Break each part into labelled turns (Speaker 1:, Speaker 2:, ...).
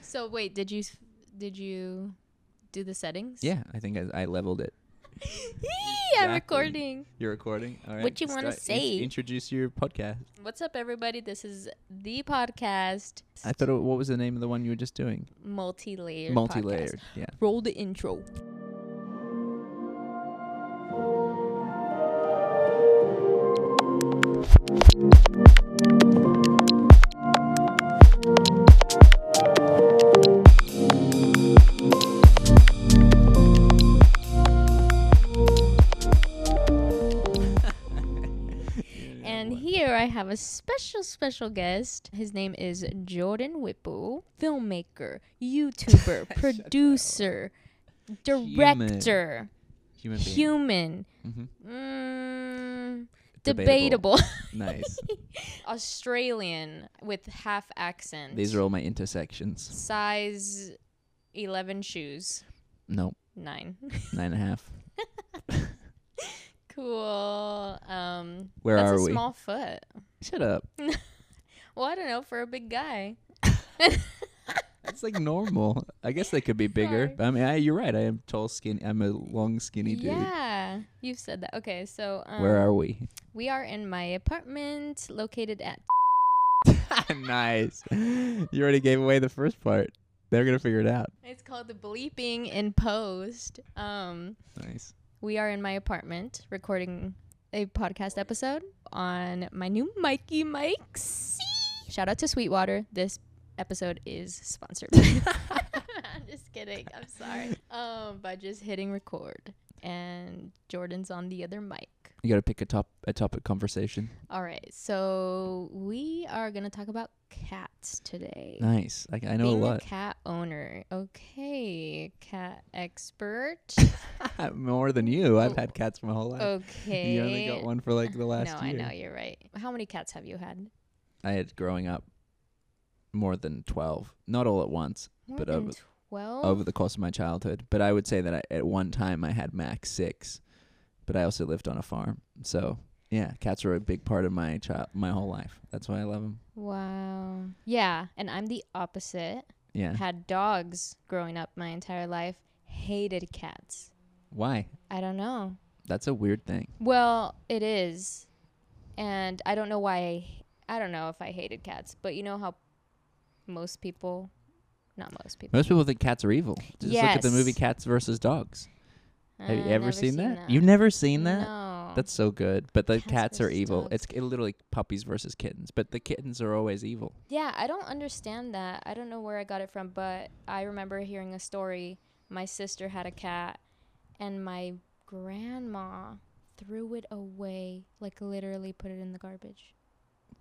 Speaker 1: So wait, did you s- did you do the settings?
Speaker 2: Yeah, I think I, I leveled it.
Speaker 1: Yeah,
Speaker 2: Exactly.
Speaker 1: recording.
Speaker 2: You're recording. All right.
Speaker 1: What you wanna
Speaker 2: start. Int-
Speaker 1: say?
Speaker 2: introduce your podcast.
Speaker 1: What's up, everybody? This is the podcast.
Speaker 2: I thought. It, what was the name of the one you were just doing?
Speaker 1: multi-layered.
Speaker 2: Multi-layered. Yeah.
Speaker 1: podcast. Roll the intro. And here I have a special, special guest. His name is Jordan Whipple, filmmaker, YouTuber, producer, director,
Speaker 2: Human being.
Speaker 1: human,
Speaker 2: Mhm.
Speaker 1: mm,
Speaker 2: Debatable.
Speaker 1: debatable,
Speaker 2: Nice.
Speaker 1: Australian with half accent,
Speaker 2: These are all my intersections.
Speaker 1: size 11 shoes,
Speaker 2: No,
Speaker 1: nine.
Speaker 2: nine and a half.
Speaker 1: cool. Um,
Speaker 2: Where
Speaker 1: that's
Speaker 2: are
Speaker 1: a
Speaker 2: we?
Speaker 1: small foot.
Speaker 2: Shut up.
Speaker 1: Well, I don't know for a big guy.
Speaker 2: It's like normal. I guess they could be bigger.
Speaker 1: Sorry.
Speaker 2: But I mean, I, you're right. I am tall, skinny. I'm a long, skinny dude.
Speaker 1: Yeah, you've said that. Okay, so um,
Speaker 2: Where are we?
Speaker 1: we are in my apartment located at.
Speaker 2: nice. You already gave away the first part. They're gonna figure it out.
Speaker 1: It's called the bleeping in post. Um,
Speaker 2: Nice.
Speaker 1: we are in my apartment recording a podcast episode on my new Mikey Mikes. Shout out to Sweetwater. This episode is sponsored. I'm just kidding. I'm sorry. Um, by just hitting record, and Jordan's on the other mic.
Speaker 2: You gotta pick a top a topic conversation.
Speaker 1: All right, so we are gonna talk about cats today.
Speaker 2: Nice. I, I know
Speaker 1: Being
Speaker 2: a lot.
Speaker 1: cat owner, okay, cat expert.
Speaker 2: More than you. I've
Speaker 1: Oh.
Speaker 2: had cats my whole life.
Speaker 1: Okay,
Speaker 2: You only got one for like the last
Speaker 1: no,
Speaker 2: year.
Speaker 1: I know you're right. How many cats have you had?
Speaker 2: I had growing up more than 12. Not all at once
Speaker 1: More
Speaker 2: But
Speaker 1: than
Speaker 2: over-
Speaker 1: twelve.
Speaker 2: over the course of my childhood, but I would say that I, at one time I had max 6. But I also lived on a farm. So, yeah, cats were a big part of my child my whole life. That's why I love them.
Speaker 1: wow. Yeah, and I'm the opposite.
Speaker 2: Yeah.
Speaker 1: Had dogs growing up my entire life. Hated cats.
Speaker 2: Why?
Speaker 1: I don't know.
Speaker 2: That's a weird thing.
Speaker 1: Well, it is. And I don't know why I, I don't know if I hated cats, but you know how most people not most people.
Speaker 2: Most people think cats are evil. Just look at the movie
Speaker 1: Yes.
Speaker 2: Cats versus Dogs. Have you
Speaker 1: Uh,
Speaker 2: ever
Speaker 1: never
Speaker 2: seen, that? You've never seen that?
Speaker 1: No.
Speaker 2: That's so good. But the
Speaker 1: Cats
Speaker 2: cats, are
Speaker 1: versus
Speaker 2: evil.
Speaker 1: dogs.
Speaker 2: It's it literally puppies versus kittens. But the kittens are always evil.
Speaker 1: Yeah, I don't understand that. I don't know where I got it from, but I remember hearing a story. My sister had a cat, and my grandma threw it away, like literally put it in the garbage.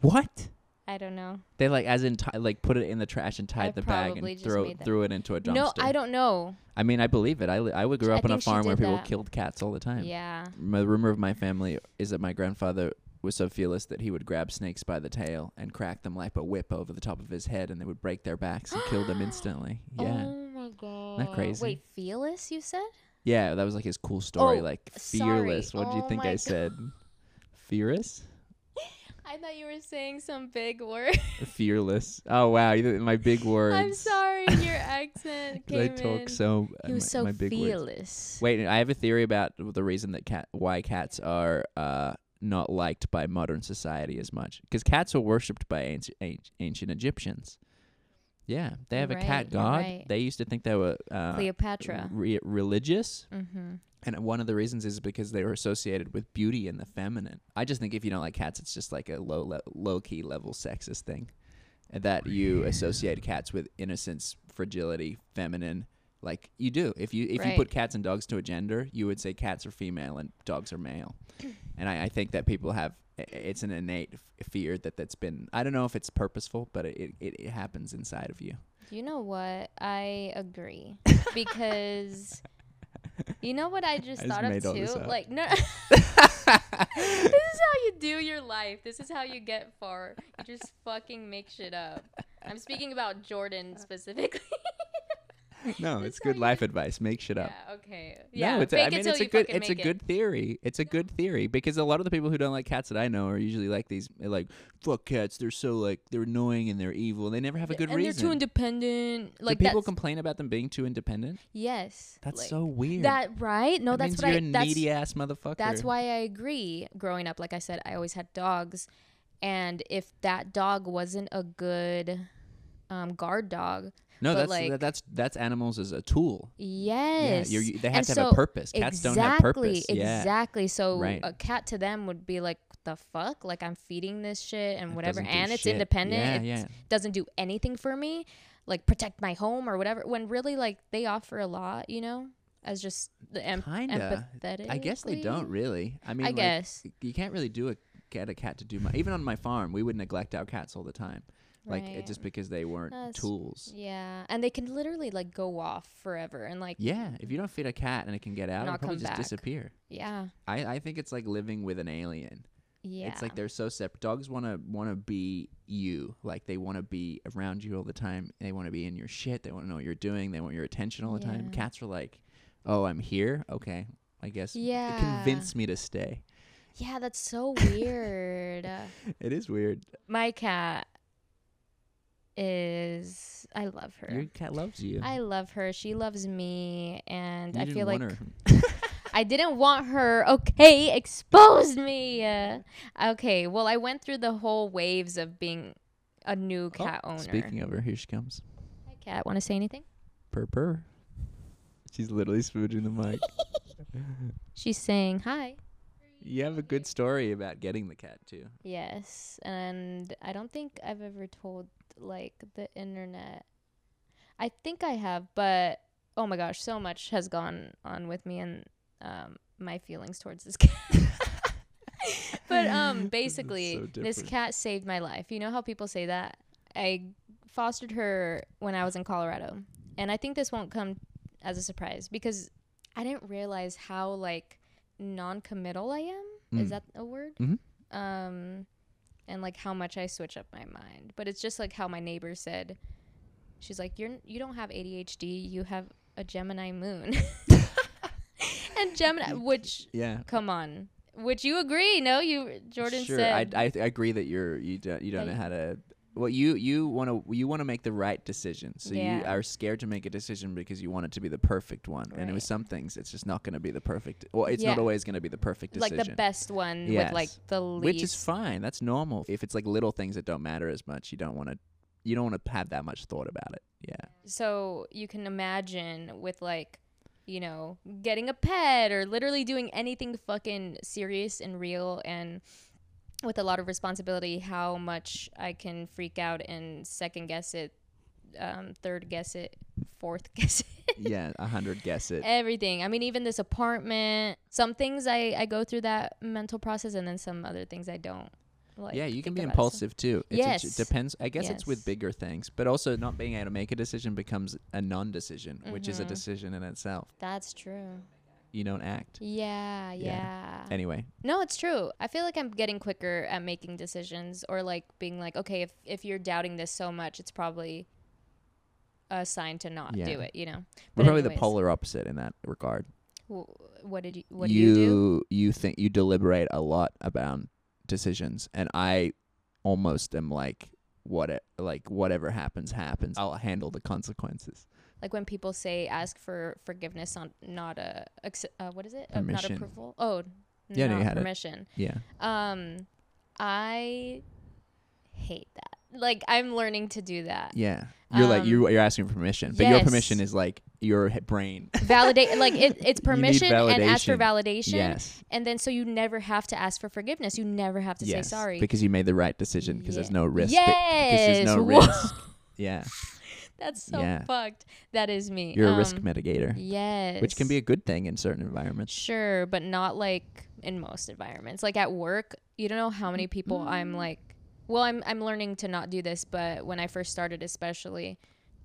Speaker 2: What?
Speaker 1: I don't know.
Speaker 2: They like as in ti like put it in the trash and tied
Speaker 1: I
Speaker 2: the bag
Speaker 1: probably
Speaker 2: and
Speaker 1: just
Speaker 2: throw
Speaker 1: made that-
Speaker 2: threw it into a dumpster.
Speaker 1: No, I don't know.
Speaker 2: I mean, I believe it. I li- I would grew
Speaker 1: I
Speaker 2: up on a
Speaker 1: think she
Speaker 2: farm where
Speaker 1: did
Speaker 2: people
Speaker 1: that.
Speaker 2: killed cats all the time.
Speaker 1: Yeah.
Speaker 2: My the rumor of my family is that my grandfather was so fearless that he would grab snakes by the tail and crack them like a whip over the top of his head, and they would break their backs and kill them instantly. Yeah,
Speaker 1: Oh my god.
Speaker 2: crazy?
Speaker 1: Wait, Felis, you said?
Speaker 2: yeah, that was like his cool story.
Speaker 1: Oh,
Speaker 2: like
Speaker 1: sorry.
Speaker 2: fearless. What do you
Speaker 1: Oh
Speaker 2: think
Speaker 1: my
Speaker 2: I
Speaker 1: God.
Speaker 2: said? Fearless.
Speaker 1: I thought you were saying some big word.
Speaker 2: fearless. Oh wow, you- my big words.
Speaker 1: I'm sorry, your accent
Speaker 2: 'Cause I
Speaker 1: came
Speaker 2: talk
Speaker 1: in.
Speaker 2: so. uh,
Speaker 1: he
Speaker 2: my,
Speaker 1: was so
Speaker 2: my big words.
Speaker 1: fearless.
Speaker 2: Wait, I have a theory about the reason that cat why cats are uh, not liked by modern society as much because cats were worshipped by ancient ancient Egyptians. Yeah, they have a
Speaker 1: Right,
Speaker 2: cat
Speaker 1: you're
Speaker 2: god.
Speaker 1: right.
Speaker 2: They used to think they were uh,
Speaker 1: Cleopatra.
Speaker 2: re- religious,
Speaker 1: mm-hmm.
Speaker 2: and one of the reasons is because they were associated with beauty and the feminine. I just think if you don't like cats, it's just like a low le- low key level sexist thing that you associate cats with innocence, fragility, feminine. Like you do. If you if you
Speaker 1: Right.
Speaker 2: put cats and dogs to a gender, you would say cats are female and dogs are male. and I, I think that people have i- it's an innate f- fear that that's been I don't know if it's purposeful, but it it, it happens inside of you.
Speaker 1: You know what? I agree because you know what I just
Speaker 2: I just
Speaker 1: thought
Speaker 2: made all
Speaker 1: of
Speaker 2: this
Speaker 1: too.
Speaker 2: up.
Speaker 1: Like no, this is how you do your life. This is how you get far. You just fucking make shit up. I'm speaking about Jordan specifically.
Speaker 2: No,
Speaker 1: That's
Speaker 2: it's
Speaker 1: how
Speaker 2: good
Speaker 1: you-
Speaker 2: life advice. Make shit up.
Speaker 1: Yeah. Okay. Yeah.
Speaker 2: no, it's a,
Speaker 1: fake
Speaker 2: I
Speaker 1: it
Speaker 2: mean
Speaker 1: till
Speaker 2: it's a
Speaker 1: you
Speaker 2: good
Speaker 1: fucking
Speaker 2: it's a
Speaker 1: make it.
Speaker 2: good theory. It's a good theory because a lot of the people who don't like cats that I know are usually like these like fuck cats. They're so like they're annoying and they're evil and they never have a good
Speaker 1: and
Speaker 2: reason.
Speaker 1: they're too independent. Like
Speaker 2: Do people
Speaker 1: that's-
Speaker 2: complain about them being too independent?
Speaker 1: yes.
Speaker 2: That's
Speaker 1: like-
Speaker 2: so weird.
Speaker 1: That right? No,
Speaker 2: That
Speaker 1: that's
Speaker 2: means
Speaker 1: what
Speaker 2: you're
Speaker 1: I.
Speaker 2: a
Speaker 1: That's
Speaker 2: needy ass motherfucker.
Speaker 1: That's why I agree. Growing up, like I said, I always had dogs. And if that dog wasn't a good um, guard dog,
Speaker 2: No,
Speaker 1: but,
Speaker 2: that's
Speaker 1: like-
Speaker 2: that, that's that's animals as a tool.
Speaker 1: yes.
Speaker 2: Yeah, you're, they have
Speaker 1: And
Speaker 2: to have a
Speaker 1: so-
Speaker 2: purpose. Cats
Speaker 1: exactly,
Speaker 2: don't have purpose. Yeah,
Speaker 1: Exactly. So
Speaker 2: Right.
Speaker 1: a cat to them would be like, the fuck? Like I'm feeding this shit and
Speaker 2: It
Speaker 1: whatever.
Speaker 2: doesn't do
Speaker 1: And it's
Speaker 2: shit.
Speaker 1: independent.
Speaker 2: Yeah,
Speaker 1: it
Speaker 2: yeah.
Speaker 1: doesn't do anything for me. Like protect my home or whatever. When really, like they offer a lot, you know, as just the em-
Speaker 2: Kinda.
Speaker 1: empathetic.
Speaker 2: I guess they don't really. I mean,
Speaker 1: I
Speaker 2: like,
Speaker 1: guess.
Speaker 2: you can't really do a get a cat to do much. Even on my farm, we would neglect our cats all the time, like it
Speaker 1: Right.
Speaker 2: just because they weren't
Speaker 1: That's-
Speaker 2: tools.
Speaker 1: Yeah, and they can literally like go off forever and like
Speaker 2: Yeah, if you don't feed a cat and it can get out, it'll
Speaker 1: Not
Speaker 2: probably
Speaker 1: come
Speaker 2: just
Speaker 1: back.
Speaker 2: disappear.
Speaker 1: yeah,
Speaker 2: I, I think it's like living with an alien.
Speaker 1: yeah.
Speaker 2: It's like they're so separate. Dogs want to want to be you, like they want to be around you all the time. They want to be in your shit. They want to know what you're doing. They want your attention all the time.
Speaker 1: Yeah.
Speaker 2: Cats are like, oh, I'm here. Okay, I guess.
Speaker 1: yeah.
Speaker 2: Convince me to stay.
Speaker 1: Yeah, that's so weird.
Speaker 2: It is weird.
Speaker 1: My cat is I love her.
Speaker 2: Your cat loves you.
Speaker 1: I love her. She loves me and
Speaker 2: You
Speaker 1: I
Speaker 2: didn't
Speaker 1: feel like
Speaker 2: want her.
Speaker 1: I didn't want her. Okay, expose me. Uh, okay, well I went through the whole waves of being a new
Speaker 2: Oh,
Speaker 1: cat owner.
Speaker 2: Speaking of her, here she comes.
Speaker 1: Hi, cat, want to say anything?
Speaker 2: Purr purr. She's literally smooching the mic.
Speaker 1: She's saying hi.
Speaker 2: you have a good story about getting the cat too.
Speaker 1: Yes, and I don't think I've ever told like the internet. I think I have, but oh my gosh, so much has gone on with me and um my feelings towards this cat. but um basically
Speaker 2: so
Speaker 1: this
Speaker 2: different.
Speaker 1: cat saved my life. You know how people say that? I fostered her when I was in Colorado. And I think this won't come as a surprise because I didn't realize how like non-committal I am.
Speaker 2: Mm.
Speaker 1: Is that a word?
Speaker 2: Mhm.
Speaker 1: Um, and like how much I switch up my mind. But it's just like how my neighbor said, she's like, "You're you don't have ADHD. You have a Gemini moon." and Gemini, which
Speaker 2: Yeah.
Speaker 1: come on, which you agree? No, you Jordan
Speaker 2: sure,
Speaker 1: said.
Speaker 2: I, I, I agree that you're you don't you don't
Speaker 1: That
Speaker 2: know how to. Well, you you want to you want to make the right decision, so you
Speaker 1: Yeah.
Speaker 2: are scared to make a decision because you want it to be the perfect one. And with
Speaker 1: Right.
Speaker 2: some things, it's just not going to be the perfect. Well, it's not
Speaker 1: Yeah.
Speaker 2: always going to be the perfect
Speaker 1: like
Speaker 2: decision.
Speaker 1: the best one with like
Speaker 2: Yes.
Speaker 1: the least.
Speaker 2: which is fine. That's normal. If it's like little things that don't matter as much, you don't want to you don't want to have that much thought about it. Yeah.
Speaker 1: so you can imagine with like you know getting a pet or literally doing anything fucking serious and real and with a lot of responsibility how much i can freak out and second guess it um, third guess it fourth guess it
Speaker 2: yeah, a hundred guess it.
Speaker 1: everything i mean even this apartment some things i i go through that mental process and then some other things i don't like
Speaker 2: yeah, you can
Speaker 1: think
Speaker 2: be
Speaker 1: about it. So-
Speaker 2: impulsive too. It's, it's-
Speaker 1: Yes.
Speaker 2: it depends. I guess it's with
Speaker 1: Yes.
Speaker 2: bigger things, but also not being able to make a decision becomes a non-decision, which is a
Speaker 1: Mhm.
Speaker 2: decision in itself.
Speaker 1: that's true
Speaker 2: You don't act
Speaker 1: yeah
Speaker 2: Yeah.
Speaker 1: yeah
Speaker 2: anyway.
Speaker 1: No, it's true. I feel like I'm getting quicker at making decisions or like being like, okay, if if you're doubting this so much, it's probably a sign to not
Speaker 2: Yeah.
Speaker 1: do it, you know.
Speaker 2: We're probably the
Speaker 1: anyways.
Speaker 2: polar opposite in that regard.
Speaker 1: Wh- What did you what
Speaker 2: you
Speaker 1: do you do?
Speaker 2: you think you deliberate a lot about decisions, and I almost am like what it, like whatever happens happens. I'll handle the consequences.
Speaker 1: Like when people say ask for forgiveness on not a acce- uh, what is it? Uh, not
Speaker 2: Permission.
Speaker 1: approval. Oh,
Speaker 2: Yeah, no, you
Speaker 1: not
Speaker 2: had it.
Speaker 1: permission.
Speaker 2: Yeah.
Speaker 1: Um I hate that. Like I'm learning to do that.
Speaker 2: Yeah. You're like
Speaker 1: Um,
Speaker 2: you you're asking for permission, but your permission
Speaker 1: yes.
Speaker 2: is like your he- brain.
Speaker 1: Validate like it, it's
Speaker 2: You need
Speaker 1: permission and ask for validation.
Speaker 2: yes.
Speaker 1: And then so you never have to ask for forgiveness. You never have to
Speaker 2: yes.
Speaker 1: say sorry.
Speaker 2: Because you made the right decision because there's
Speaker 1: Yeah.
Speaker 2: no risk.
Speaker 1: Yes.
Speaker 2: that- there's no
Speaker 1: Whoa.
Speaker 2: risk. Yeah.
Speaker 1: That's so
Speaker 2: Yeah.
Speaker 1: fucked. That is me.
Speaker 2: You're a risk
Speaker 1: Um,
Speaker 2: mitigator,
Speaker 1: Yes.
Speaker 2: which can be a good thing in certain environments.
Speaker 1: sure, but not like in most environments. Like at work, you don't know how many people
Speaker 2: Mm.
Speaker 1: I'm like. Well, I'm I'm learning to not do this, but when I first started, especially,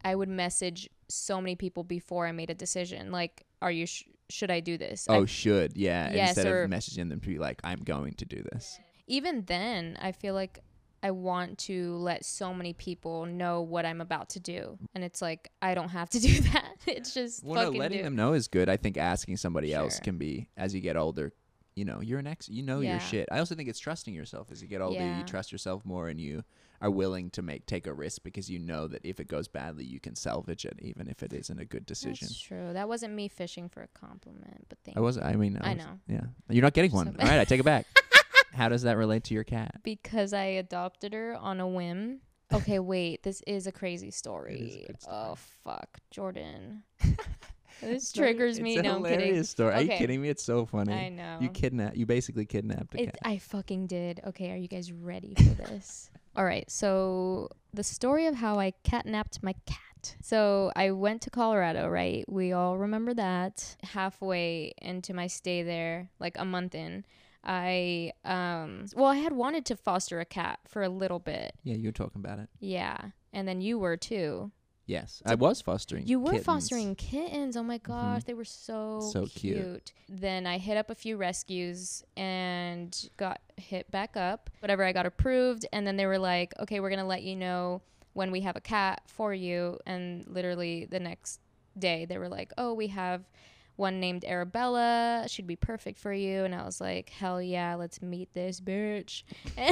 Speaker 1: I would message so many people before I made a decision. Like, are you sh- should I do this? I
Speaker 2: Oh, should. Yeah.
Speaker 1: Yes,
Speaker 2: Instead
Speaker 1: or-
Speaker 2: of messaging them to be like, I'm going to do this.
Speaker 1: even then i feel like i I want to let so many people know what I'm about to do. And it's like I don't have to do that. It's just
Speaker 2: Well, no,
Speaker 1: fucking
Speaker 2: letting
Speaker 1: do.
Speaker 2: them know is good. I think asking somebody else
Speaker 1: Sure.
Speaker 2: can be as you get older. You know, you're an ex. You know
Speaker 1: Yeah.
Speaker 2: your shit. I also think it's trusting yourself as you get older.
Speaker 1: Yeah.
Speaker 2: You trust yourself more, and you are willing to make take a risk because you know that if it goes badly, you can salvage it, even if it isn't a good decision.
Speaker 1: That's true. That wasn't me fishing for a compliment, but thank
Speaker 2: I was. I mean, I,
Speaker 1: I
Speaker 2: was-
Speaker 1: know.
Speaker 2: Yeah, you're not getting
Speaker 1: So
Speaker 2: one.
Speaker 1: bad.
Speaker 2: All right, I take it back. How does that relate to your cat?
Speaker 1: because I adopted her on a whim. Okay, wait, this is a crazy story.
Speaker 2: good story.
Speaker 1: Oh fuck, Jordan. this triggers me.
Speaker 2: It's a
Speaker 1: No, I'm kidding.
Speaker 2: hilarious story. Are you
Speaker 1: Okay.
Speaker 2: kidding me? It's so funny.
Speaker 1: I know.
Speaker 2: You kidnap. You basically kidnapped a
Speaker 1: It,
Speaker 2: cat.
Speaker 1: I fucking did. Okay, are you guys ready for this? All right, so the story of how I catnapped my cat. So I went to Colorado, right? We all remember that. Halfway into my stay there, like a month in, I um well, I had wanted to foster a cat for a little bit.
Speaker 2: Yeah, you were talking about it.
Speaker 1: Yeah. And then you were too.
Speaker 2: Yes, I was fostering.
Speaker 1: You were
Speaker 2: kittens.
Speaker 1: fostering kittens. Oh my gosh, they were so,
Speaker 2: So cute.
Speaker 1: Then I hit up a few rescues and got hit back up. Whatever, I got approved. And then they were like, okay, we're going to let you know when we have a cat for you. And literally the next day, they were like, oh, we have one named Arabella. She'd be perfect for you. And I was like, hell yeah, let's meet this bitch.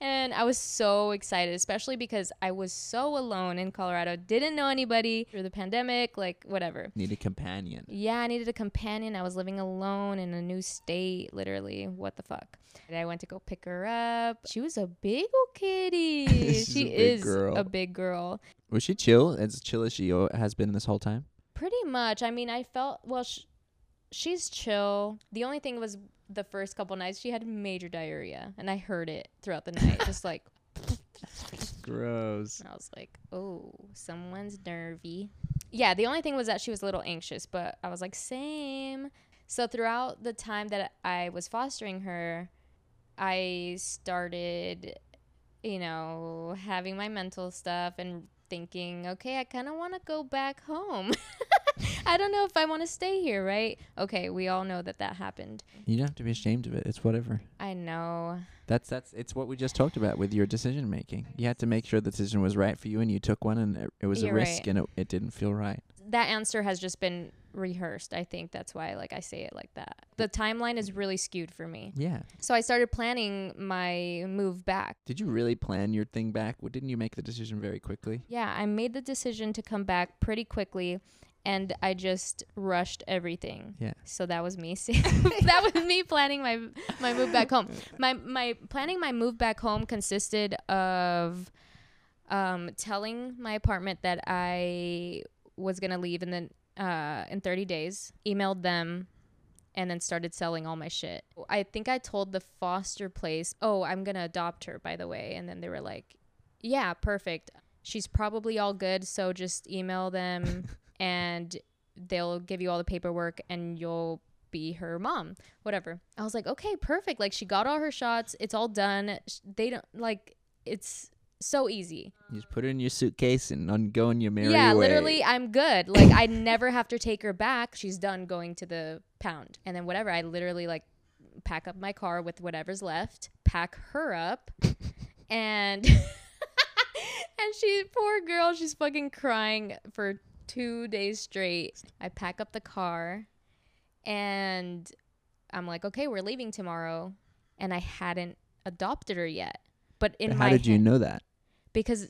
Speaker 1: and I was so excited, especially because I was so alone in Colorado, didn't know anybody through the pandemic, like whatever.
Speaker 2: Need a companion.
Speaker 1: Yeah, I needed a companion. I was living alone in a new state, literally. What the fuck? And I went to go pick her up. She was a big old kitty.
Speaker 2: She's
Speaker 1: she
Speaker 2: a big
Speaker 1: is
Speaker 2: girl.
Speaker 1: a big girl.
Speaker 2: Was she chill? As chill as she o- has been this whole time?
Speaker 1: Pretty much. I mean, I felt well. Sh- she's chill. The only thing was the first couple nights she had major diarrhea, and I heard it throughout the night, just like.
Speaker 2: Gross.
Speaker 1: And I was like, oh, someone's nervy. Yeah, the only thing was that she was a little anxious, but I was like, same. So throughout the time that I was fostering her, I started, you know, having my mental stuff and thinking, okay, I kind of want to go back home. I don't know if I want to stay here, right? Okay, we all know that that happened.
Speaker 2: You don't have to be ashamed of it. It's whatever.
Speaker 1: I know.
Speaker 2: That's that's it's what we just talked about with your decision making. You had to make sure the decision was right for you, and you took one, and it, it was
Speaker 1: You're
Speaker 2: a risk,
Speaker 1: right.
Speaker 2: and it, it didn't feel right.
Speaker 1: that answer has just been rehearsed. I think that's why like I say it like that. The timeline is really skewed for me.
Speaker 2: Yeah.
Speaker 1: So I started planning my move back.
Speaker 2: Did you really plan your thing back? Well, didn't you make the decision very quickly?
Speaker 1: Yeah, I made the decision to come back pretty quickly and I just rushed everything.
Speaker 2: Yeah.
Speaker 1: So that was me. saying- that was me planning my my move back home. My my planning my move back home consisted of um, telling my apartment that I was gonna leave in the uh, in 30 days. Emailed them, and then started selling all my shit. I think I told the foster place, "Oh, I'm gonna adopt her." By the way, and then they were like, "Yeah, perfect. She's probably all good. So just email them, and they'll give you all the paperwork, and you'll." be her mom whatever i was like okay perfect like she got all her shots it's all done Sh- they don't like it's so easy
Speaker 2: You just put it in your suitcase and on go on your merry
Speaker 1: yeah,
Speaker 2: way.
Speaker 1: literally, I'm good. Like, I never have to take her back. She's done going to the pound. And then, whatever, I literally like pack up my car with whatever's left, pack her up, and. and she, poor girl, she's fucking crying for two days straight. I pack up the car and I'm like, okay, we're leaving tomorrow. And I hadn't adopted her yet. But in
Speaker 2: But
Speaker 1: my
Speaker 2: How did you
Speaker 1: head-
Speaker 2: know that?
Speaker 1: because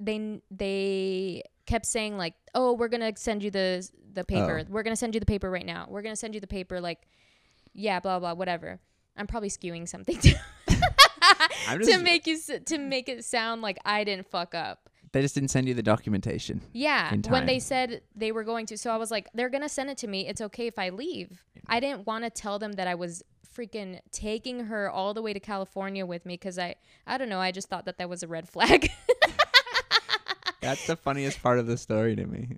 Speaker 1: they they kept saying like, "Oh, we're gonna send you the the
Speaker 2: Oh.
Speaker 1: paper. We're gonna send you the paper right now. We're gonna send you the paper." Like, yeah, blah blah, whatever. I'm probably skewing something to,
Speaker 2: I'm
Speaker 1: to
Speaker 2: just-
Speaker 1: make you s- to make it sound like I didn't fuck up.
Speaker 2: They just didn't send you the documentation.
Speaker 1: Yeah,
Speaker 2: in
Speaker 1: when they
Speaker 2: time.
Speaker 1: said they were going to, so I was like, "They're gonna send it to me. It's okay if I leave." I didn't want to tell them that I was freaking taking her all the way to California with me because I I don't know. I just thought that that was a red flag.
Speaker 2: That's the funniest part of the story to me.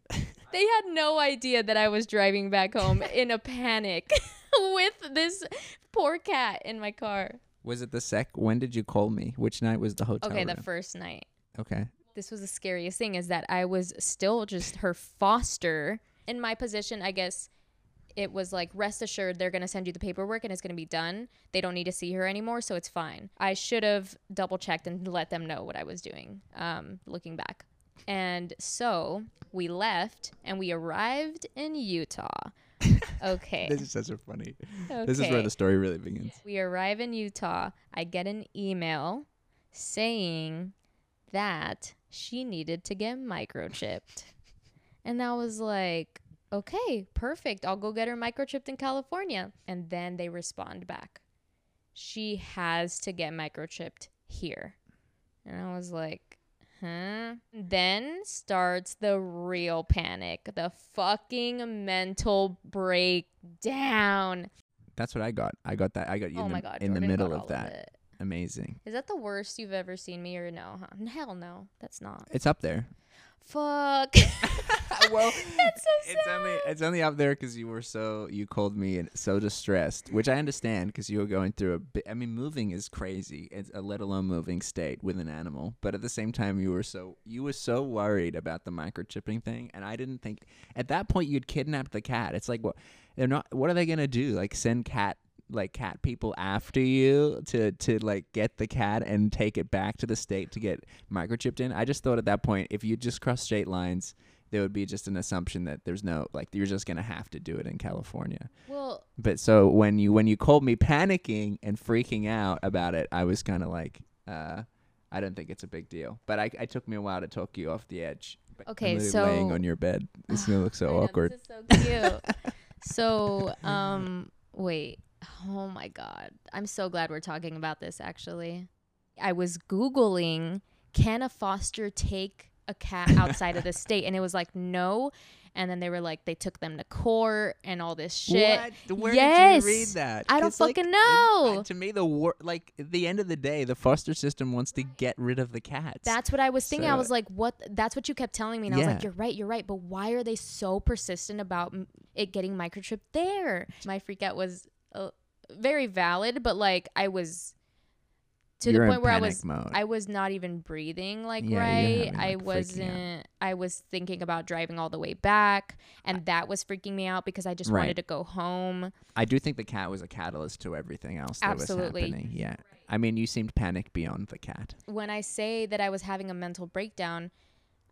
Speaker 1: They had no idea that I was driving back home in a panic with this poor cat in my car.
Speaker 2: Was it the sec? When did you call me? Which night was the hotel?
Speaker 1: Okay, the
Speaker 2: room?
Speaker 1: first night.
Speaker 2: okay.
Speaker 1: This was the scariest thing is that I was still just her foster. In my position, I guess it was like rest assured they're going to send you the paperwork and it's going to be done. They don't need to see her anymore, so it's fine. I should have double checked and let them know what I was doing. Um, looking back, and so we left and we arrived in Utah. Okay.
Speaker 2: This is such a funny.
Speaker 1: okay.
Speaker 2: This is where the story really begins.
Speaker 1: We arrive in Utah. I get an email saying that she needed to get microchipped. And I was like, okay, perfect. I'll go get her microchipped in California. And then they respond back. She has to get microchipped here. And I was like, huh? Then starts the real panic, the fucking mental breakdown.
Speaker 2: That's what I got. I got that. I got you
Speaker 1: oh
Speaker 2: in,
Speaker 1: my
Speaker 2: the,
Speaker 1: god!
Speaker 2: in the
Speaker 1: Jordan got
Speaker 2: middle
Speaker 1: all
Speaker 2: of that.
Speaker 1: it.
Speaker 2: Amazing.
Speaker 1: Is that the worst you've ever seen me or no? Huh? Hell no, that's not.
Speaker 2: It's up there.
Speaker 1: Fuck.
Speaker 2: well,
Speaker 1: that's so
Speaker 2: it's
Speaker 1: sad.
Speaker 2: only it's only up there because you were so you called me and so distressed, which I understand because you were going through a. Bi- I mean, moving is crazy. It's a let alone moving state with an animal. But at the same time, you were so you were so worried about the microchipping thing, and I didn't think at that point you'd kidnapped the cat. It's like what they're not. What are they gonna do? Like send cat like cat people after you to to like get the cat and take it back to the state to get microchipped in. I just thought at that point if you just cross state lines, there would be just an assumption that there's no like you're just gonna have to do it in California.
Speaker 1: Well,
Speaker 2: But so when you when you called me panicking and freaking out about it, I was kind of like, uh, I don't think it's a big deal. But I it took me a while to talk you off the edge. But I'm
Speaker 1: Okay,
Speaker 2: literally
Speaker 1: so-
Speaker 2: laying on your bed, this is gonna look
Speaker 1: I
Speaker 2: so
Speaker 1: know,
Speaker 2: awkward.
Speaker 1: This is so cute. so, um, wait. Oh my god, I'm so glad we're talking about this. Actually, I was googling can a foster take a cat outside of the state, and it was like no. And then they were like they took them to court and all this shit.
Speaker 2: What? Where
Speaker 1: Yes.
Speaker 2: did you read that?
Speaker 1: I don't
Speaker 2: 'Cause, like,
Speaker 1: fucking
Speaker 2: it-
Speaker 1: know.
Speaker 2: uh, to me, the war, like at the end of the day, the foster system wants to get rid of the cats.
Speaker 1: That's what I was thinking. I
Speaker 2: So-
Speaker 1: was like, "What?" That's what you kept telling me, and I was like,
Speaker 2: Yeah.
Speaker 1: "You're right, you're right." But why are they so persistent about m- it getting microchipped there? My freak out was uh, very valid, but like I was to
Speaker 2: You're
Speaker 1: the
Speaker 2: in
Speaker 1: point where I
Speaker 2: panic
Speaker 1: was
Speaker 2: mode.
Speaker 1: I was not even breathing like
Speaker 2: Yeah, you're
Speaker 1: right.
Speaker 2: having,
Speaker 1: I
Speaker 2: like, freaking out.
Speaker 1: wasn't. I was thinking about driving all the way back, and that was freaking me out because I just
Speaker 2: Right.
Speaker 1: wanted to go home.
Speaker 2: I do think the cat was a catalyst to everything else that
Speaker 1: Absolutely.
Speaker 2: was happening. Yeah. I mean, you seemed panicked beyond the cat.
Speaker 1: when I say that I was having a mental breakdown,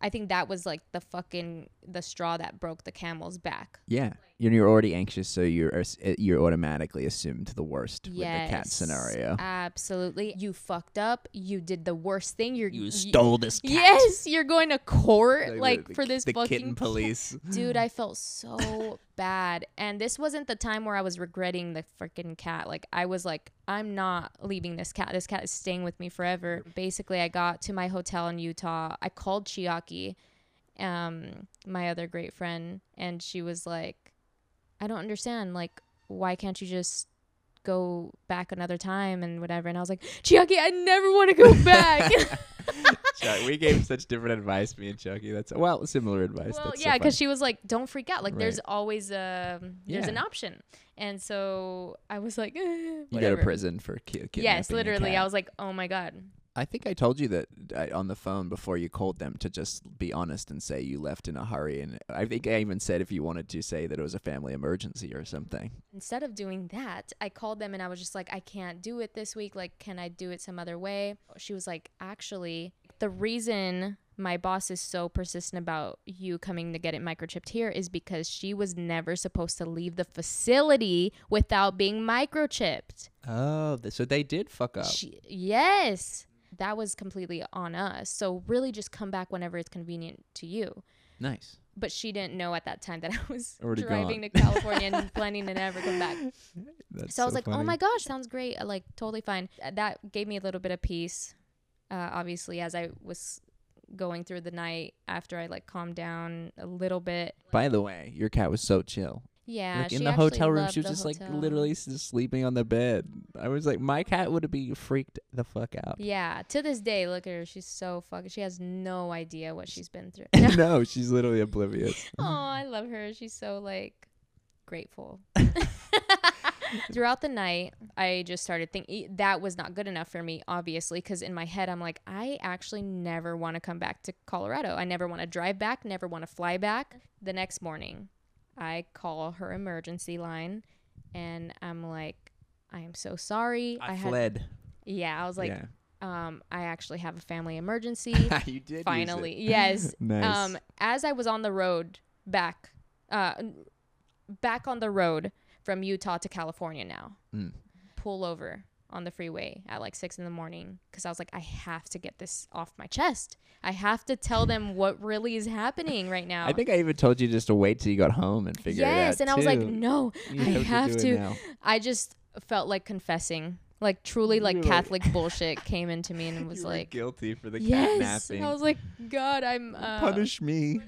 Speaker 1: I think that was like the fucking the straw that broke the camel's back.
Speaker 2: Yeah. You're, you're already anxious, so you're as- uh, you're automatically assumed the worst with the cat
Speaker 1: Yes,
Speaker 2: scenario.
Speaker 1: Absolutely. You fucked up. You did the worst thing. You're
Speaker 2: You
Speaker 1: y-
Speaker 2: stole this cat.
Speaker 1: Yes, you're going to court
Speaker 2: the-
Speaker 1: like
Speaker 2: the-
Speaker 1: for this
Speaker 2: the
Speaker 1: fucking
Speaker 2: kitten
Speaker 1: cat.
Speaker 2: police.
Speaker 1: Dude, I felt so bad. And this wasn't the time where I was regretting the freaking cat. Like, I was like, I'm not leaving this cat. This cat is staying with me forever. Basically, I got to my hotel in Utah. I called Chiaki, um, my other great friend, and she was like, I don't understand. Like, why can't you just go back another time and whatever? And I was like, Chiaki, I never want to go back.
Speaker 2: Chuck- we gave such different advice, me and Chucky. That's well, similar advice.
Speaker 1: Well,
Speaker 2: That's so
Speaker 1: yeah,
Speaker 2: funny.
Speaker 1: because she was like, "Don't freak out. Like, there's
Speaker 2: Right.
Speaker 1: always a there's
Speaker 2: Yeah.
Speaker 1: an option." And so I was like, eh,
Speaker 2: you go to
Speaker 1: whatever.
Speaker 2: prison for ki- kidnapping.
Speaker 1: Yes,
Speaker 2: a
Speaker 1: literally,
Speaker 2: cat.
Speaker 1: I was like, "Oh my god."
Speaker 2: I think I told you that I, on the phone before you called them to just be honest and say you left in a hurry. And I think I even said if you wanted to say that it was a family emergency or something.
Speaker 1: Instead of doing that, I called them and I was just like, "I can't do it this week. Like, can I do it some other way?" She was like, "Actually, the reason." My boss is so persistent about you coming to get it microchipped here is because she was never supposed to leave the facility without being microchipped.
Speaker 2: Oh, th- so they did fuck up.
Speaker 1: She, yes. That was completely on us. So really just come back whenever it's convenient to you.
Speaker 2: nice.
Speaker 1: But she didn't know at that time that I was
Speaker 2: Already
Speaker 1: driving
Speaker 2: gone.
Speaker 1: to California and planning to never come back.
Speaker 2: That's
Speaker 1: so I was like, oh my gosh, sounds great. uh, Like totally fine. Uh, That gave me a little bit of peace. Uh, obviously, as I was going through the night after I like calmed down a little bit.
Speaker 2: By the way, your cat was so chill.
Speaker 1: Yeah.
Speaker 2: like
Speaker 1: she
Speaker 2: in the
Speaker 1: actually
Speaker 2: hotel room,
Speaker 1: loved
Speaker 2: she was
Speaker 1: the
Speaker 2: just
Speaker 1: hotel.
Speaker 2: like literally s- just sleeping on the bed. I was like, my cat would be freaked the fuck out.
Speaker 1: Yeah. To this day, look at her. She's so fucking. She has no idea what she's been through.
Speaker 2: no, she's literally oblivious.
Speaker 1: Oh, I love her. She's so like grateful. Throughout the night, I just started thinking that was not good enough for me, obviously, because in my head, I'm like, I actually never want to come back to Colorado. I never want to drive back, never want to fly back. The next morning, I call her emergency line and I'm like, I am so sorry.
Speaker 2: I,
Speaker 1: had
Speaker 2: fled.
Speaker 1: Yeah, I was like,
Speaker 2: yeah.
Speaker 1: um, I actually have a family emergency.
Speaker 2: you did. use it.
Speaker 1: Finally. Yes.
Speaker 2: nice.
Speaker 1: Um, as I was on the road back, uh, n- back on the road from Utah to California now,
Speaker 2: Mm.
Speaker 1: pull over on the freeway at like six in the morning because I was like, I have to get this off my chest. I have to tell them what really is happening right now.
Speaker 2: I think I even told you just to wait till you got home and figure it out.
Speaker 1: yes, and I was like,
Speaker 2: too.
Speaker 1: no,
Speaker 2: You
Speaker 1: I have
Speaker 2: do it
Speaker 1: to.
Speaker 2: now.
Speaker 1: I just felt like confessing, like truly, like
Speaker 2: You're like-
Speaker 1: Catholic bullshit came into me and was
Speaker 2: You were
Speaker 1: like,
Speaker 2: guilty for the
Speaker 1: yes.
Speaker 2: catnapping.
Speaker 1: I was like, God, I'm uh,
Speaker 2: Punish me.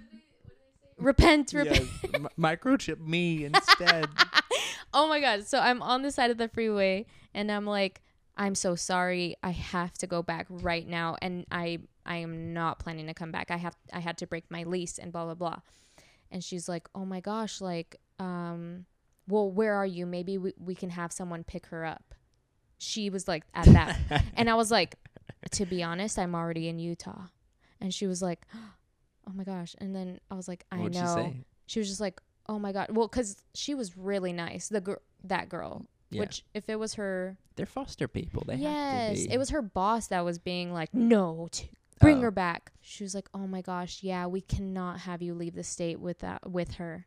Speaker 1: Repent, repent.
Speaker 2: Yes, m- microchip me instead.
Speaker 1: Oh my god. So I'm on the side of the freeway and I'm like, I'm so sorry. I have to go back right now and I I am not planning to come back. I have I had to break my lease and blah blah blah. And she's like, "Oh my gosh, like um well, where are you? Maybe we, we can have someone pick her up." She was like at that. and I was like, "To be honest, I'm already in Utah." And she was like, "Oh my gosh." And then I was like, "I
Speaker 2: What'd
Speaker 1: know."
Speaker 2: she say?
Speaker 1: she was just like, "Oh my god!" Well, because she was really nice, the girl, that girl.
Speaker 2: Yeah.
Speaker 1: Which, if it was her,
Speaker 2: They're foster people. They have
Speaker 1: yes,
Speaker 2: to be.
Speaker 1: it was her boss that was being like, "No, t- bring
Speaker 2: Oh.
Speaker 1: her back." She was like, "Oh my gosh, yeah, we cannot have you leave the state with that with her."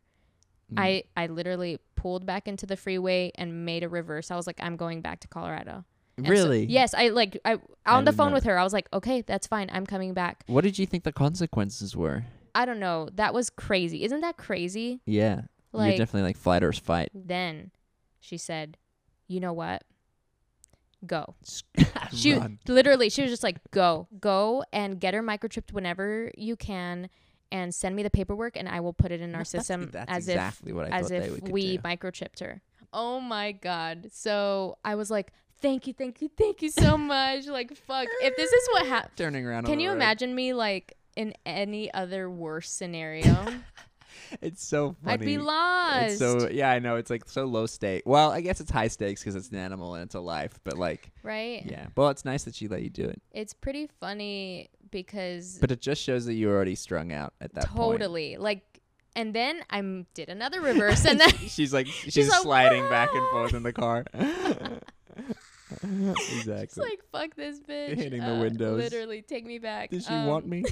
Speaker 2: Mm.
Speaker 1: I I literally pulled back into the freeway and made a reverse. I was like, "I'm going back to Colorado." And so-
Speaker 2: really.
Speaker 1: yes, I like I on the
Speaker 2: didn't
Speaker 1: phone
Speaker 2: know
Speaker 1: with her. I was like, "Okay, that's fine. I'm coming back."
Speaker 2: What did you think the consequences were?
Speaker 1: I don't know. That was crazy. Isn't that crazy?
Speaker 2: Yeah,
Speaker 1: Like
Speaker 2: you're definitely like flight or fight.
Speaker 1: Then she said, "You know what? Go." She
Speaker 2: Shoot.
Speaker 1: literally she was just like, "Go. Go and get her microchipped whenever you can and send me the paperwork and I will put it in our system
Speaker 2: That's
Speaker 1: as if
Speaker 2: exactly what I
Speaker 1: as
Speaker 2: thought they
Speaker 1: if
Speaker 2: would
Speaker 1: we
Speaker 2: do.
Speaker 1: microchipped her." Oh my god. So, I was like, "Thank you, thank you, thank you so much." like, fuck. If this is what happened,
Speaker 2: turning around. on
Speaker 1: can
Speaker 2: the
Speaker 1: you
Speaker 2: road.
Speaker 1: imagine me like in any other worse scenario?
Speaker 2: It's so funny.
Speaker 1: I'd be lost.
Speaker 2: It's so yeah, I know. It's like so low stake. Well, I guess it's high stakes because it's an animal and it's a life. But like,
Speaker 1: right?
Speaker 2: yeah. Well, it's nice that she let you do it.
Speaker 1: It's pretty funny because
Speaker 2: But it just shows that you were already strung out at that point.
Speaker 1: totally like and then I m- did another reverse and then
Speaker 2: she's like she's,
Speaker 1: like,
Speaker 2: sliding back and
Speaker 1: "Whoa!"
Speaker 2: forth in the car. exactly.
Speaker 1: it's like fuck this bitch Uh,
Speaker 2: Hitting the windows.
Speaker 1: literally take me back
Speaker 2: Does she
Speaker 1: Um,
Speaker 2: want me?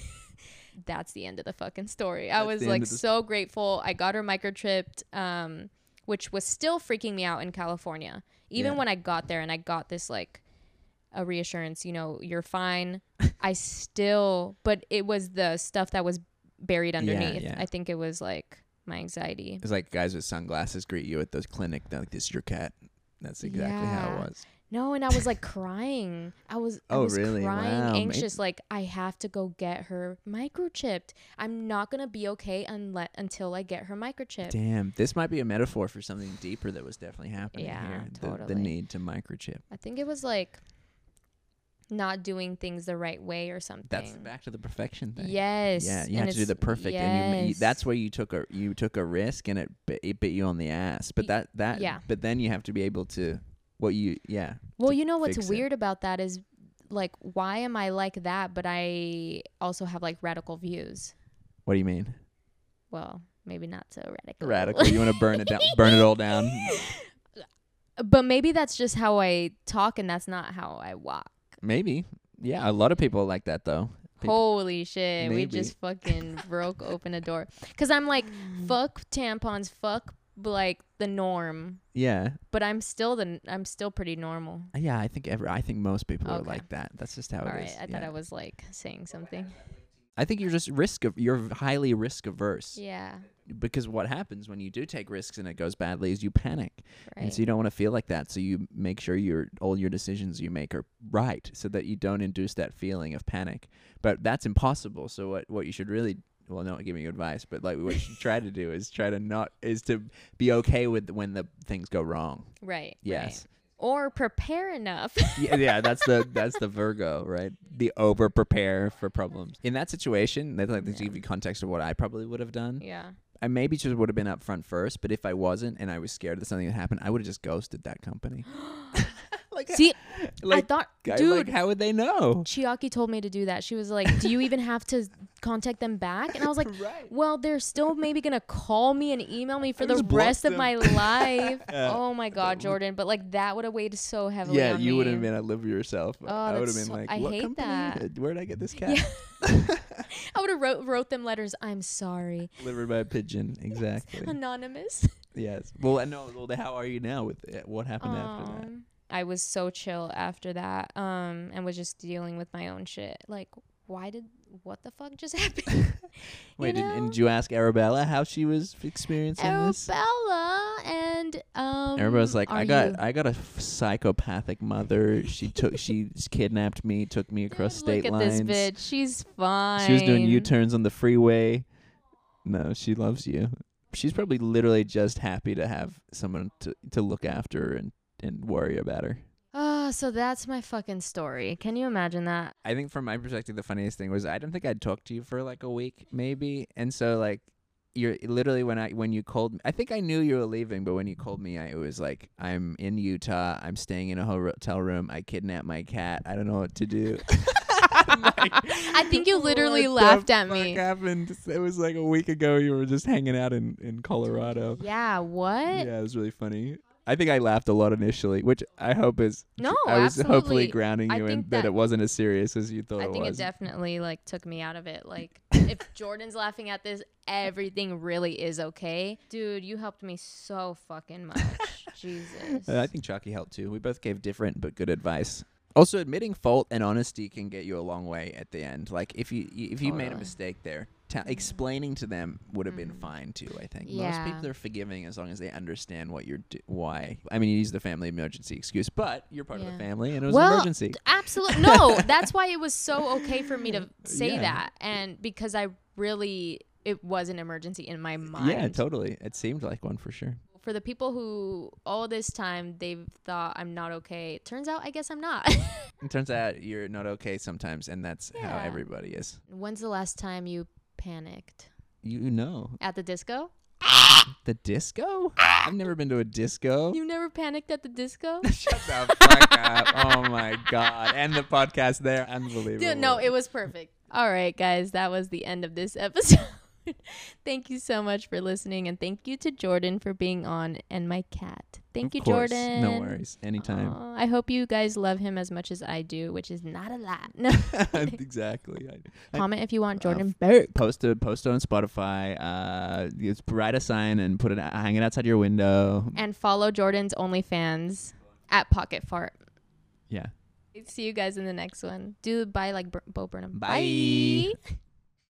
Speaker 1: that's the end of the fucking story I
Speaker 2: That's
Speaker 1: was
Speaker 2: the end
Speaker 1: like
Speaker 2: of the
Speaker 1: so grateful I got her microchipped um which was still freaking me out in California even
Speaker 2: Yeah.
Speaker 1: when I got there and I got this like a reassurance you know you're fine I still but it was the stuff that was buried underneath
Speaker 2: yeah.
Speaker 1: I think it was like my anxiety
Speaker 2: It's like guys with sunglasses greet you at the clinic. They're like, "This is your cat." That's exactly how it
Speaker 1: Yeah.
Speaker 2: was.
Speaker 1: No, and I was like crying. I was I
Speaker 2: Oh,
Speaker 1: was
Speaker 2: really?
Speaker 1: crying,
Speaker 2: Wow, ma-
Speaker 1: anxious. Like I have to go get her microchipped. I'm not gonna be okay unle- until I get her microchipped.
Speaker 2: Damn, this might be a metaphor for something deeper that was definitely happening
Speaker 1: Yeah,
Speaker 2: here. The,
Speaker 1: totally.
Speaker 2: the need to microchip.
Speaker 1: I think it was like not doing things the right way or something.
Speaker 2: That's back to the perfection thing.
Speaker 1: Yes.
Speaker 2: Yeah, you
Speaker 1: and
Speaker 2: have to do
Speaker 1: it's-
Speaker 2: the perfect, and you, you,
Speaker 1: yes.
Speaker 2: that's where you took a you took a risk, and it bit, it bit you on the ass.
Speaker 1: Y-
Speaker 2: But that that
Speaker 1: yeah.
Speaker 2: But then you have to be able to what you yeah.
Speaker 1: Well,
Speaker 2: to
Speaker 1: you know what's
Speaker 2: fix it.
Speaker 1: weird about that is like why am I like that? But I also have like radical views.
Speaker 2: What do you mean?
Speaker 1: Well, maybe not so radical.
Speaker 2: Radical. you want to burn it down, burn it all down.
Speaker 1: But maybe that's just how I talk, and that's not how I walk.
Speaker 2: Maybe. Yeah, a lot of people like that though. People-
Speaker 1: Holy shit. We
Speaker 2: Maybe.
Speaker 1: just fucking broke open a door. Because I'm like,
Speaker 2: Mm.
Speaker 1: fuck tampons, fuck like the norm.
Speaker 2: Yeah.
Speaker 1: But I'm still the I'm still pretty normal.
Speaker 2: Yeah, I think every I think most people are
Speaker 1: Okay.
Speaker 2: like that. That's just how
Speaker 1: All
Speaker 2: it
Speaker 1: right,
Speaker 2: is.
Speaker 1: I
Speaker 2: yeah.
Speaker 1: thought I was like saying something.
Speaker 2: I think you're just risk of you're highly risk averse
Speaker 1: Yeah,
Speaker 2: because what happens when you do take risks and it goes badly is you panic.
Speaker 1: right.
Speaker 2: And so you don't want to feel like that. So you make sure your all your decisions you make are right so that you don't induce that feeling of panic. But that's impossible. So what what you should really well, not giving you advice, but like what you should try to do is try to not is to be okay with when the things go wrong.
Speaker 1: right.
Speaker 2: Yes.
Speaker 1: right. Or prepare enough.
Speaker 2: yeah, yeah, that's the that's the Virgo, right? The over prepare for problems. In that situation, that's like to give you context of what I probably would have done.
Speaker 1: yeah.
Speaker 2: I maybe just would have been up front first, but if I wasn't and I was scared that something would happen, I would have just ghosted that company. like like,
Speaker 1: See,
Speaker 2: like,
Speaker 1: I thought,
Speaker 2: I- like,
Speaker 1: dude,
Speaker 2: how would they know?
Speaker 1: Chiaki told me to do that. She was like, "Do you even have to contact them back?" And I was like,
Speaker 2: right.
Speaker 1: "Well, they're still maybe gonna call me and email me for
Speaker 2: I
Speaker 1: the
Speaker 2: just blocked
Speaker 1: rest of
Speaker 2: them.
Speaker 1: my life."
Speaker 2: Yeah.
Speaker 1: Oh my god, Jordan! But like that would have weighed so heavily.
Speaker 2: Yeah,
Speaker 1: on
Speaker 2: you
Speaker 1: me. Oh,
Speaker 2: would have been. I live for yourself. I would
Speaker 1: that's
Speaker 2: have been
Speaker 1: so-
Speaker 2: like,
Speaker 1: I
Speaker 2: what
Speaker 1: hate
Speaker 2: company?
Speaker 1: that.
Speaker 2: Where did I get this cat?
Speaker 1: Yeah. I would have wrote wrote them letters. I'm sorry,
Speaker 2: Delivered by a pigeon. Exactly.
Speaker 1: anonymous.
Speaker 2: Yes. Well, I know. Well, how are you now with it? What happened after that?
Speaker 1: Um, I was so chill after that, um, and was just dealing with my own shit. Like, why did what the fuck just happened?
Speaker 2: Wait, did,
Speaker 1: know?
Speaker 2: and did you ask Arabella how she was f- experiencing this?
Speaker 1: Arabella and um.
Speaker 2: Arabella's like,
Speaker 1: are
Speaker 2: I got,
Speaker 1: you-
Speaker 2: I got a f- psychopathic mother. She took, she s- kidnapped me, took me across
Speaker 1: Dude,
Speaker 2: state
Speaker 1: Look
Speaker 2: lines.
Speaker 1: at this bitch. She's fine.
Speaker 2: She was doing U turns on the freeway. No, she loves you. She's probably literally just happy to have someone to, to look after her and, and worry about her.
Speaker 1: Oh, so that's my fucking story. Can you imagine that?
Speaker 2: I think from my perspective, the funniest thing was I don't think I'd talked to you for like a week, maybe, and so like you're literally when I when you called me, I think I knew you were leaving, but when you called me, I it was like I'm in Utah, I'm staying in a hotel room, I kidnapped my cat, I don't know what to do. I'm like,
Speaker 1: I think you literally
Speaker 2: "What the
Speaker 1: laughed at
Speaker 2: fuck
Speaker 1: me.
Speaker 2: Happened. It was like a week ago. You were just hanging out in in Colorado.
Speaker 1: Yeah. What?
Speaker 2: Yeah, it was really funny. I think I laughed a lot initially, which I hope is
Speaker 1: No,
Speaker 2: I was
Speaker 1: absolutely.
Speaker 2: hopefully grounding
Speaker 1: I
Speaker 2: you in
Speaker 1: think
Speaker 2: that,
Speaker 1: that-
Speaker 2: it wasn't as serious as you thought
Speaker 1: I
Speaker 2: it
Speaker 1: think it
Speaker 2: was.
Speaker 1: definitely like took me out of it. Like, if Jordan's laughing at this, everything really is okay, dude. You helped me so fucking much. Jesus.
Speaker 2: Uh, I think Chalky helped too. We both gave different but good advice. Also, admitting fault and honesty can get you a long way at the end. Like if you you- if you made a
Speaker 1: Totally.
Speaker 2: mistake there, ta- explaining to them would have been fine too. I think
Speaker 1: Mm-hmm.
Speaker 2: most
Speaker 1: Yeah.
Speaker 2: people are forgiving as long as they understand what you're do- why. I mean, you use the family emergency excuse, but you're part of the
Speaker 1: Yeah.
Speaker 2: family and it was
Speaker 1: Well,
Speaker 2: an emergency.
Speaker 1: Absolutely. No, that's why it was so okay for me to say
Speaker 2: Yeah.
Speaker 1: that. And because I really, it was an emergency in my mind.
Speaker 2: Yeah, totally. It seemed like one for sure.
Speaker 1: For the people who all this time they've thought I'm not okay, turns out I guess I'm not.
Speaker 2: It turns out you're not okay sometimes, and that's
Speaker 1: Yeah.
Speaker 2: how everybody is.
Speaker 1: When's the last time you panicked?
Speaker 2: You know
Speaker 1: At the disco?
Speaker 2: the disco. I've never been to a disco.
Speaker 1: You never panicked at the disco?
Speaker 2: Shut the fuck up. Oh my god. End the podcast there. Unbelievable.
Speaker 1: Dude, no, it was perfect. All right, guys, that was the end of this episode. thank you so much for listening, and thank you to Jordan for being on and my cat. Thank
Speaker 2: Of
Speaker 1: you,
Speaker 2: course.
Speaker 1: Jordan.
Speaker 2: No worries. Anytime.
Speaker 1: Aw, I hope you guys love him as much as I do, which is not a lot. No.
Speaker 2: exactly. I, I-
Speaker 1: Comment if you want Jordan
Speaker 2: f-
Speaker 1: back.
Speaker 2: post a post on Spotify. Uh, it's- write a sign and put it hang it outside your window.
Speaker 1: And follow Jordan's OnlyFans at Pocket Fart.
Speaker 2: Yeah.
Speaker 1: See you guys in the next one. Do bye like Br- Bo Burnham.
Speaker 2: Bye.
Speaker 1: bye.